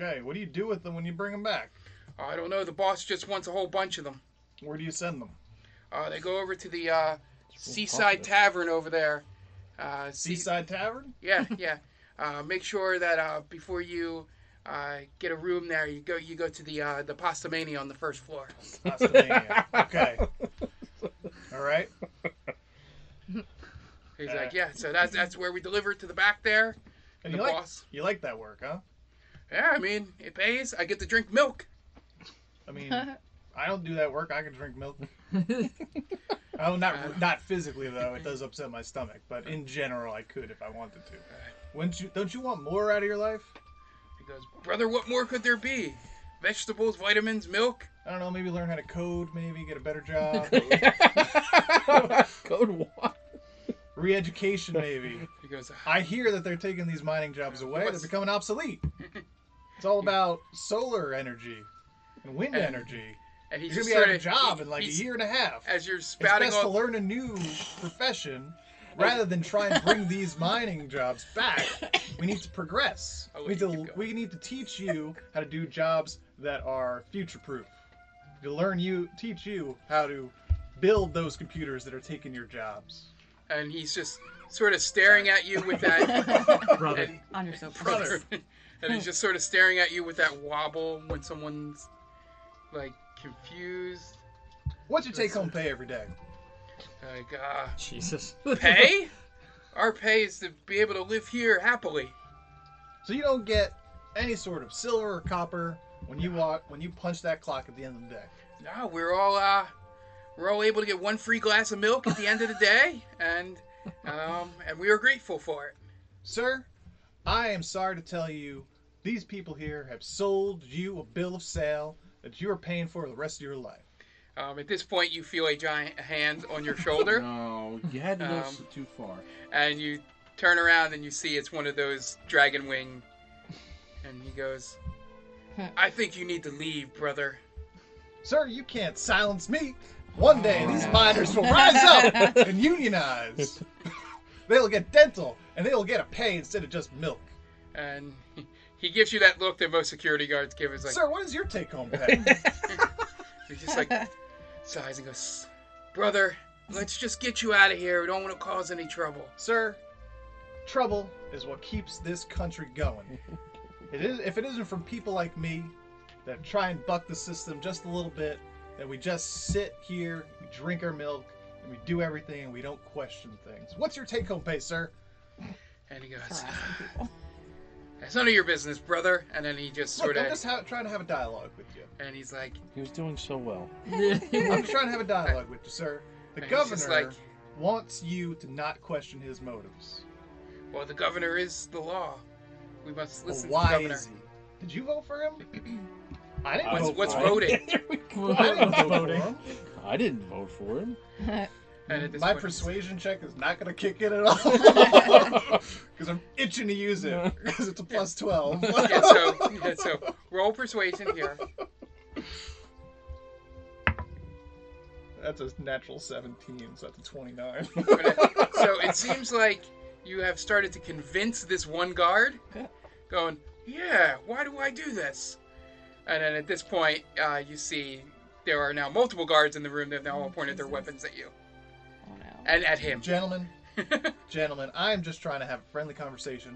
Okay, what do you do with them when you bring them back? I don't know. The boss just wants a whole bunch of them. Where do you send them? Uh, they go over to the uh, seaside tavern over there. Uh, sea- Seaside Tavern? Yeah, yeah. Uh, make sure that uh, before you uh, get a room there, you go you go to the uh, the pasta mania on the first floor. Tasmania. okay. All right. He's Uh. like, yeah. So that's that's where we deliver it to the back there. And The you like boss. you like that work, huh? Yeah, I mean it pays. I get to drink milk. I mean, I don't do that work. I can drink milk. oh, Uh. not not physically though. It does upset my stomach, but in general, I could if I wanted to. Wouldn't you? Don't you want more out of your life? He goes, Brother, what more could there be? Vegetables, vitamins, milk? I don't know. Maybe learn how to code. Maybe get a better job. Code one. Re-education, maybe. He goes, "Ah, I hear that they're taking these mining jobs away. They're What's- becoming obsolete. It's all about solar energy and wind And energy. and he's You're gonna just be out sort of a of job in like a he's- year and a half. As you're It's spouting best to all, learn a new profession rather than try and bring these mining jobs back. We need to progress. I'll We let need you to, keep going. we need to teach you how to do jobs that are future proof. to learn you, teach you how to build those computers that are taking your jobs. and he's just sort of staring at you with that Brother. and, On your soapbox. brother, and he's just sort of staring at you with that wobble when someone's like confused, What's your take home pay every day? like uh, Jesus. pay. Our pay is to be able to live here happily. So you don't get any sort of silver or copper when you walk when you punch that clock at the end of the day. No, we're all uh, we're all able to get one free glass of milk at the end of the day, and um, and we are grateful for it. Sir, I am sorry to tell you these people here have sold you a bill of sale that you are paying for the rest of your life. Um, at this point, you feel a giant hand on your shoulder, No, you had to go Um, too far. and you turn around and you see it's one of those dragon wing. And he goes, "I think you need to leave, brother." Sir, you can't silence me. One day these miners will rise up and unionize. they'll get dental and they'll get a pay instead of just milk. And he- he gives you that look that most security guards give. Is like Sir, what is your take home pay? he's just like sighs and goes, "Brother, let's just get you out of here. We don't want to cause any trouble." Sir, trouble is what keeps this country going. It is if it isn't from people like me that try and buck the system just a little bit, that we just sit here, we drink our milk, and we do everything and we don't question things. What's your take home pay, sir? And he goes, "That's none of your business, brother." And then he just sort Look, I'm of just ha- trying to have a dialogue with you. and he's like, He was doing so well. I'm just trying to have a dialogue with you, sir. The and he's governor just like, wants you to not question his motives. "Well, the governor is the law. We must But listen to why the governor." is he? Did you vote for him? I didn't. What's, Oh, vote what's for him. voting? I didn't vote for him. I didn't vote Voting. for him. And at this My point, he's- persuasion check is not going to kick in at all because I'm itching to use it because it's a plus twelve. yeah, so, yeah, so roll persuasion here. That's a natural seventeen, so that's a twenty-nine. So it seems like you have started to convince this one guard, going, "Yeah, why do I do this?" And then at this point, uh, you see there are now multiple guards in the room. They've now all pointed their weapons at you Oh no. and at him. gentlemen, gentlemen, I'm just trying to have a friendly conversation.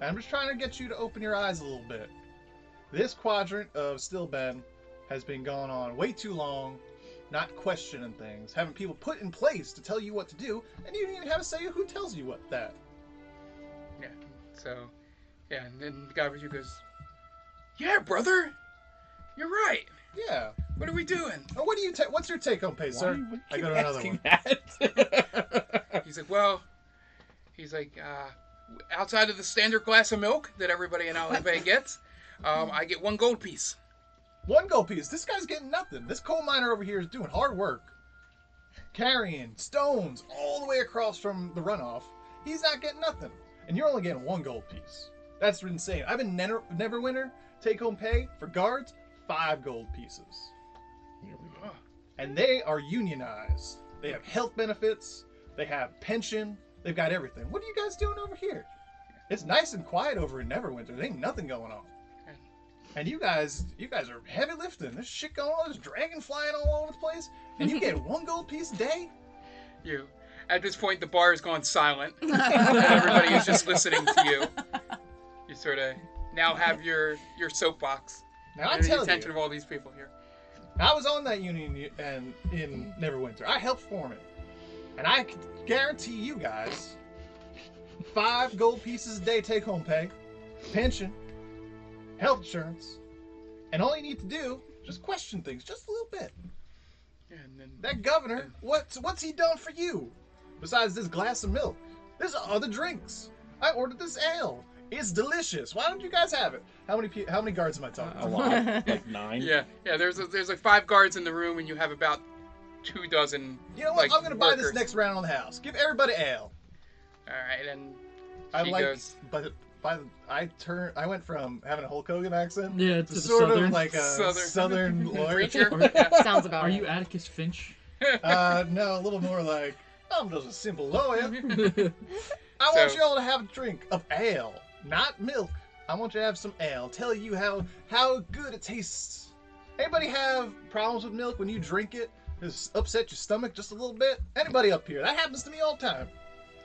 I'm just trying to get you to open your eyes a little bit. This quadrant of Still Ben has been going on way too long, not questioning things, having people put in place to tell you what to do, and you don't even have a say who tells you what that. Yeah. So, yeah, and then the guy with you goes, "Yeah, brother, you're right. Yeah. What are we doing?" Now, what do you? Ta- what's your take home pay, sir? Why would I you go to keep another one. asking That? He's like, "Well," he's like, uh, "Outside of the standard glass of milk that everybody in Olive Bay gets, um, I get one gold piece." One gold piece. This guy's getting nothing. This coal miner over here is doing hard work, carrying stones all the way across from the runoff. He's not getting nothing, and you're only getting one gold piece. That's insane. I've been never, never winner take home pay for guards five gold pieces, and they are unionized. They have health benefits. They have pension. They've got everything. What are you guys doing over here? It's nice and quiet over in Neverwinter. There ain't nothing going on. And you guys, you guys are heavy lifting. There's shit going on. There's dragon flying all over the place, and you get one gold piece a day. You. At this point, the bar has gone silent. and everybody is just listening to you. You sort of now have your your soapbox. Now I and the tell attention you, of all these people here. I was on that union u- and in Neverwinter. I helped form it, and I can guarantee you guys five gold pieces a day take home pay, pension, health insurance, and all you need to do is just question things just a little bit. And then That governor, what's what's he done for you? Besides this glass of milk, there's other drinks. I ordered this ale. It's delicious. Why don't you guys have it? How many pe- how many guards am I talking? a Uh, about? lot, like nine. yeah, yeah. There's a, there's like five guards in the room, and you have about two dozen. You know what? like, I'm gonna buy this workers. next round on the house. Give everybody ale. All right, and I She like, goes- but by the, I turn. I went from having a Hulk Hogan accent Yeah, to to the sort southern. of like a Southern. southern, lawyer. preacher. Are- Yeah. Sounds about Are right. you Atticus Finch? uh, no, a little more like I'm just a simple lawyer. I want So- you all to have a drink of ale, not milk. I want you to have some ale. Tell you how how good it tastes. Anybody have problems with milk when you drink it? Does it upset your stomach just a little bit? Anybody up here? That happens to me all the time.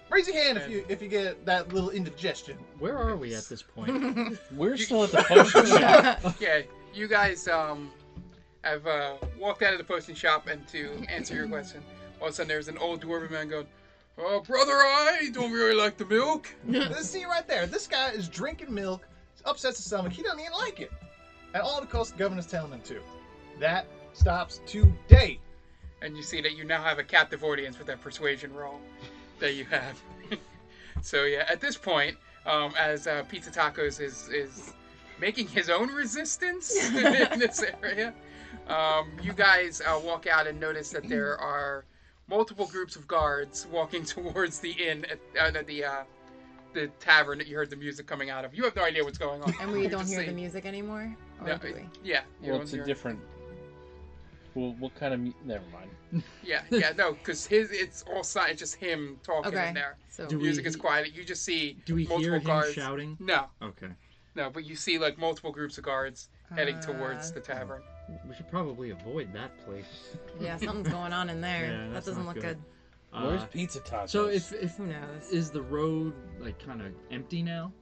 Raise your hand if you if you get that little indigestion. Where are we at this point? We're still at the potion shop. Yeah, you guys um, have uh, walked out of the potion shop, and to answer your question, all of a sudden there's an old dwarven man going, "Oh, brother, I don't really like the milk." Let's see right there. This guy is drinking milk, upsets his stomach. He doesn't even like it, and all because the governor's telling him to. That stops today. and you see that you now have a captive audience with that persuasion roll that you have. so yeah, at this point, um, as uh, Pizza Tacos is is making his own resistance in this area, um, you guys uh, walk out and notice that there are multiple groups of guards walking towards the inn at uh, the uh, the tavern that you heard the music coming out of. You have no idea what's going on. And we You don't just hear see- the music anymore? Or No, do we? Yeah, you Well, don't it's a hear- different. Well, what kind of? mu- Never mind. Yeah, yeah, no, because his it's all silent. It's just him talking Okay. in there. So Do we- music is quiet. You just see Do we multiple hear him guards. shouting? No, Okay. no, but you see like multiple groups of guards heading towards Uh, the tavern. We should probably avoid that place. Yeah, something's going on in there. Yeah, that that's doesn't not look good. good. Where's Uh, pizza tacos? so if if Who knows? is the road like kind of empty now?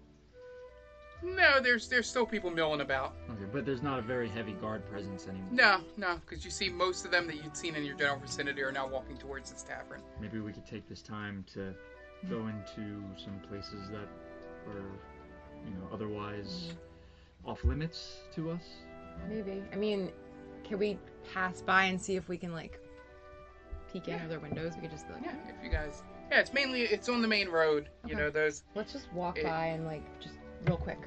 No, there's there's still people milling about. Okay, but there's not a very heavy guard presence anymore. No, no, because you see most of them that you'd seen in your general vicinity are now walking towards this tavern. Maybe we could take this time to Hmm. go into some places that are, you know, otherwise off limits to us. Maybe. I mean, can we pass by and see if we can like peek in other windows? We could just be like, Yeah, if you guys, yeah, it's mainly it's on the main road. You Okay. know those. let's just walk It- by and like just real quick.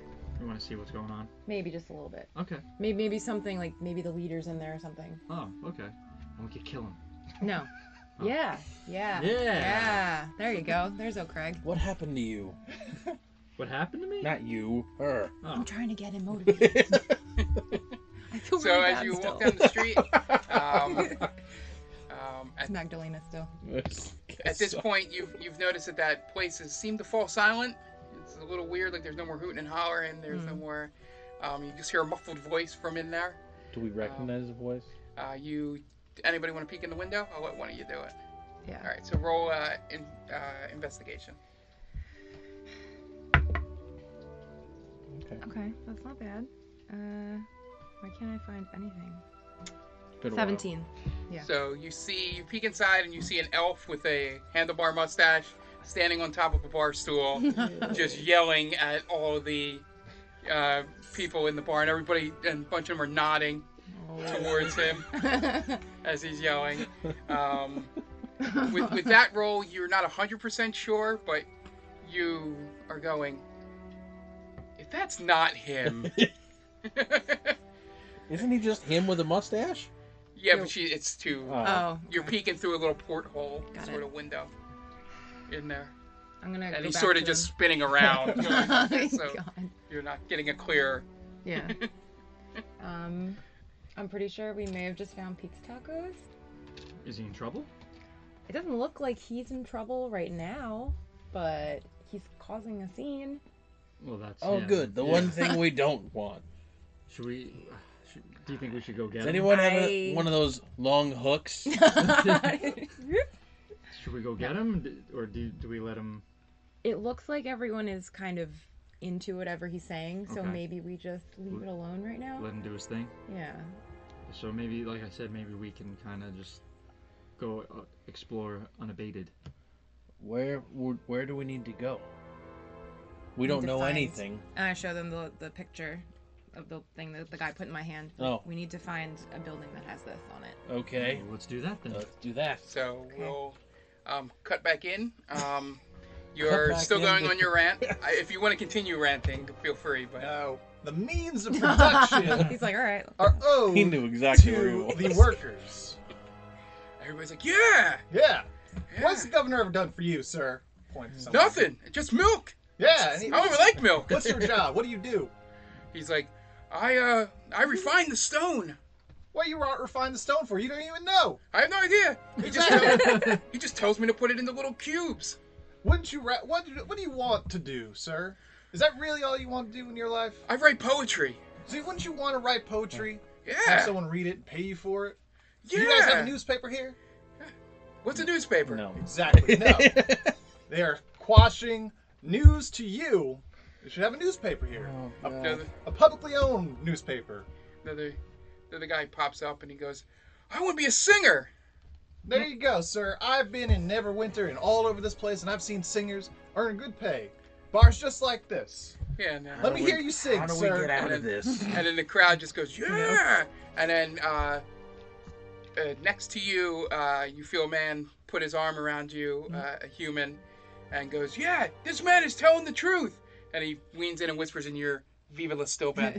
We want to see what's going on. Maybe just a little bit. Okay. Maybe maybe something like maybe the leader's in there or something. Oh, okay. And we could kill him. No. Oh. Yeah. Yeah. Yeah. Yeah. There you go. There's O'Craig. what happened to you? What happened to me? Not you, her. Oh. I'm trying to get him motivated. I feel So really as bad you still. walk down the street, um, um, at It's Magdalena still. At this point, you've you've noticed that that places seem to fall silent. It's a little weird. Like there's no more hooting and hollering. There's no more. Um, you just hear a muffled voice from in there. Do we recognize the voice? Uh, you. Anybody want to peek in the window? I'll let one of you do it. Yeah. All right. So roll uh, in, uh, investigation. Okay, that's not bad. Uh, why can't I find anything? Been a while. Seventeen. Yeah. So you see, you peek inside, and you see an elf with a handlebar mustache standing on top of a bar stool, just yelling at all the uh, people in the bar, and everybody and a bunch of them are nodding towards him. as he's yelling. Um, with, with that roll, you're not 100% sure, but you are going, if that's not him. Isn't he just him with a mustache? yeah, but she, it's too. Uh, Oh. oh, You're peeking through a little porthole Got sort it. of window in there. I'm gonna. And go he's back sort of to just him. spinning around. going like this, so Oh my God. you're not getting a clear. Yeah. um, I'm pretty sure we may have just found Pete's tacos. Is he in trouble? It doesn't look like he's in trouble right now, but he's causing a scene. Well, that's. Oh, him. good. The Yeah. one thing we don't want. Should we? Should, do you think we should go get Does him? anyone have a, I- one of those long hooks? Should we go get him, D- or do do we let him? it looks like everyone is kind of into whatever he's saying, so Okay. maybe we just leave it alone right now. Let him do his thing. Yeah. So maybe, like I said, maybe we can kind of just go uh, explore unabated. Where would- where do we need to go? We don't to know find- anything. And I show them the, the picture of the thing that the guy put in my hand. Oh. We need to find a building that has this on it. Okay, Well, let's do that Uh, then. let's do that. So Okay. we'll um, cut back in. Um, you're back still in going the- on your rant. I, if you want to continue ranting, feel free. But No, the means of production He's like, all right. are owed He knew exactly where he to was. the workers. Everybody's like, yeah, yeah. Yeah. What's the governor ever done for you, sir? Point to someone. nothing, just milk. Yeah. And I he, don't even like milk. what's your job? What do you do? He's like, I uh, I refine the stone. What you aren't refined the stone for? You don't even know. I have no idea. He just tells, he just tells me to put it into little cubes. Wouldn't you? Ra- what, do you- what do you want to do, sir? Is that really all you want to do in your life? I write poetry. See, wouldn't you want to write poetry? Have Yeah. someone read it and pay you for it. Do yeah. You guys have a newspaper here? What's a newspaper? No. Exactly. No. they are quashing news to you. You should have a newspaper here. Oh, No, God. the- A publicly owned newspaper. no, the, no, the guy pops up and he goes, I want to be a singer. There you go, sir. I've been in Neverwinter and all over this place, and I've seen singers earn good pay. Bars just like this. Yeah, no. Let me do hear we- you sing, How do sir. we get out of this? and then the crowd just goes yeah and then uh, uh, next to you uh, you feel a man put his arm around you uh, a human and goes yeah this man is telling the truth and he leans in and whispers in your viva la stopa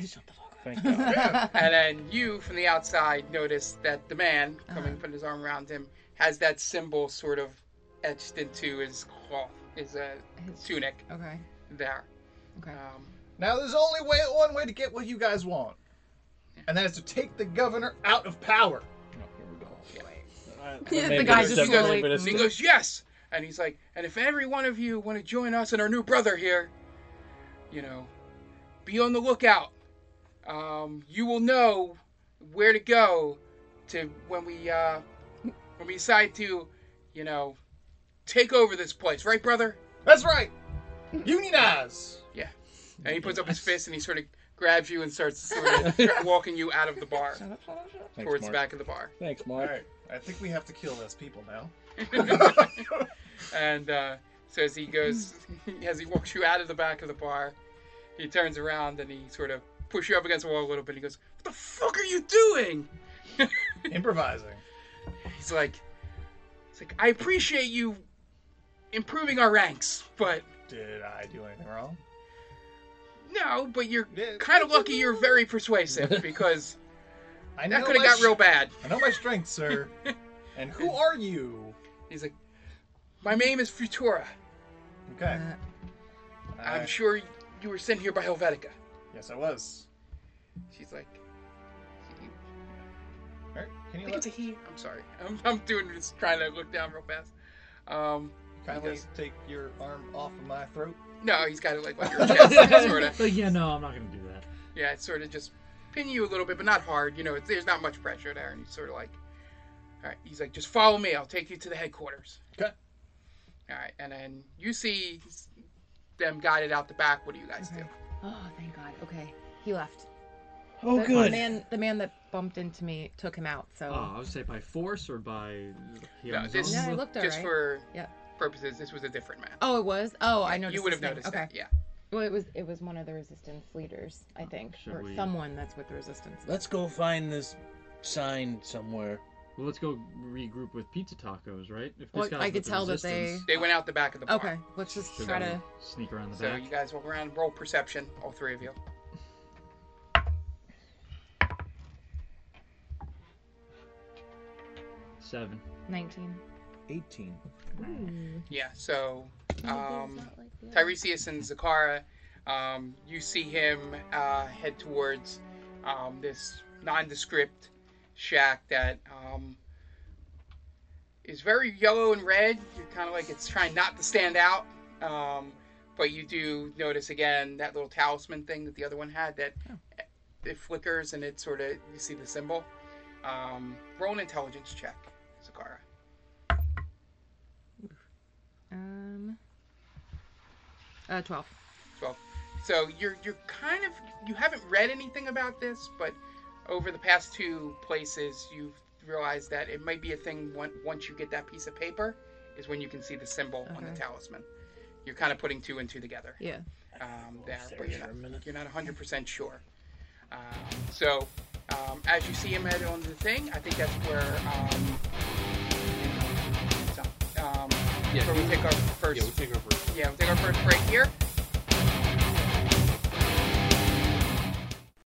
Thank God. and then you from the outside notice that the man coming putting his arm around him has that symbol sort of etched into his cloth his uh, tunic Okay. there Okay. um, Now there's only way one way to get what you guys want, and that is to take the governor out of power. the Maybe guy it's just definitely slowly. been a And he goes, Yes. And he's like, And if every one of you want to join us and our new brother here, you know, be on the lookout. Um, you will know where to go to when we uh, when we decide to, you know, take over this place, right, brother? That's right. Unionize. And he puts up his fist and he sort of grabs you and starts sort of tra- walking you out of the bar Thanks, towards the Mark. back of the bar. Thanks, All Mark. right. I think we have to kill those people now. And uh, so as he goes, as he walks you out of the back of the bar, he turns around and he sort of pushes you up against the wall a little bit. And he goes, "What the fuck are you doing?" Improvising. He's like, "He's like, I appreciate you improving our ranks, but Did I do anything wrong? no, but you're Yeah. kind of lucky. You're very persuasive because I know that could have my got sh- real bad." I know my strength, sir. and who are you? He's like, "My name is Futura. Okay. Uh, I'm I- sure you were sent here by Helvetica." yes, I was. She's like, All right. Can "I you think it's let a he." I'm sorry. I'm, I'm doing this trying to look down real fast. Um, can you Emily. guys take your arm off of my throat? No, he's got it like on your chest, sort of. But yeah, no, I'm not gonna do that. Yeah, it's sort of just pin you a little bit, but not hard. You know, it's, there's not much pressure there, and he's sort of like, all right. He's like, just follow me. I'll take you to the headquarters. Okay. All right, and then you see them guided out the back. What do you guys Mm-hmm. do? Oh, thank God. Okay. He left. Oh, the, The good. man, the man that bumped into me took him out. So. Oh, I would say by force or by. he No, on his this- own? yeah, it looked alright. Just for Yeah. purposes, this was a different man. Oh, it was. Oh, I noticed. You would have his name. noticed Okay. that. Yeah. Well, it was. It was one of the resistance leaders, I think, Should or we- someone that's with the resistance. Let's go find this sign somewhere. Well, let's go regroup with pizza tacos, right? If this Well, guy's I with could the tell that they- resistance, They went out the back of the bar. Okay. Let's just should try we Um, to. sneak around the So Mm-hmm. back. you guys walk around, roll perception, all three of you. Mm-hmm. Seven. 19. 18. Yeah. So. Um, Tiresias and Zakara, um, you see him uh, head towards um, this nondescript shack that um, is very yellow and red. You're kind of like it's trying not to stand out. Um, but you do notice again that little talisman thing that the other one had that it flickers and it sort of you see the symbol. Um, roll an intelligence check, Zakara. Um. Uh, 12. Twelve. So you're you're kind of you haven't read anything about this, but over the past two places, you've realized that it might be a thing. on- Once you get that piece of paper, is when you can see the symbol on the Okay. talisman. You're kind of putting two and two together. Yeah. Um, there, but Search you're for a not minute. you're not 100 percent sure. Um, so um, as you see him head on the thing, I think that's where. Um, so, um, Yeah, where we take our first Yeah, we'll take over. yeah, we'll take our first break here.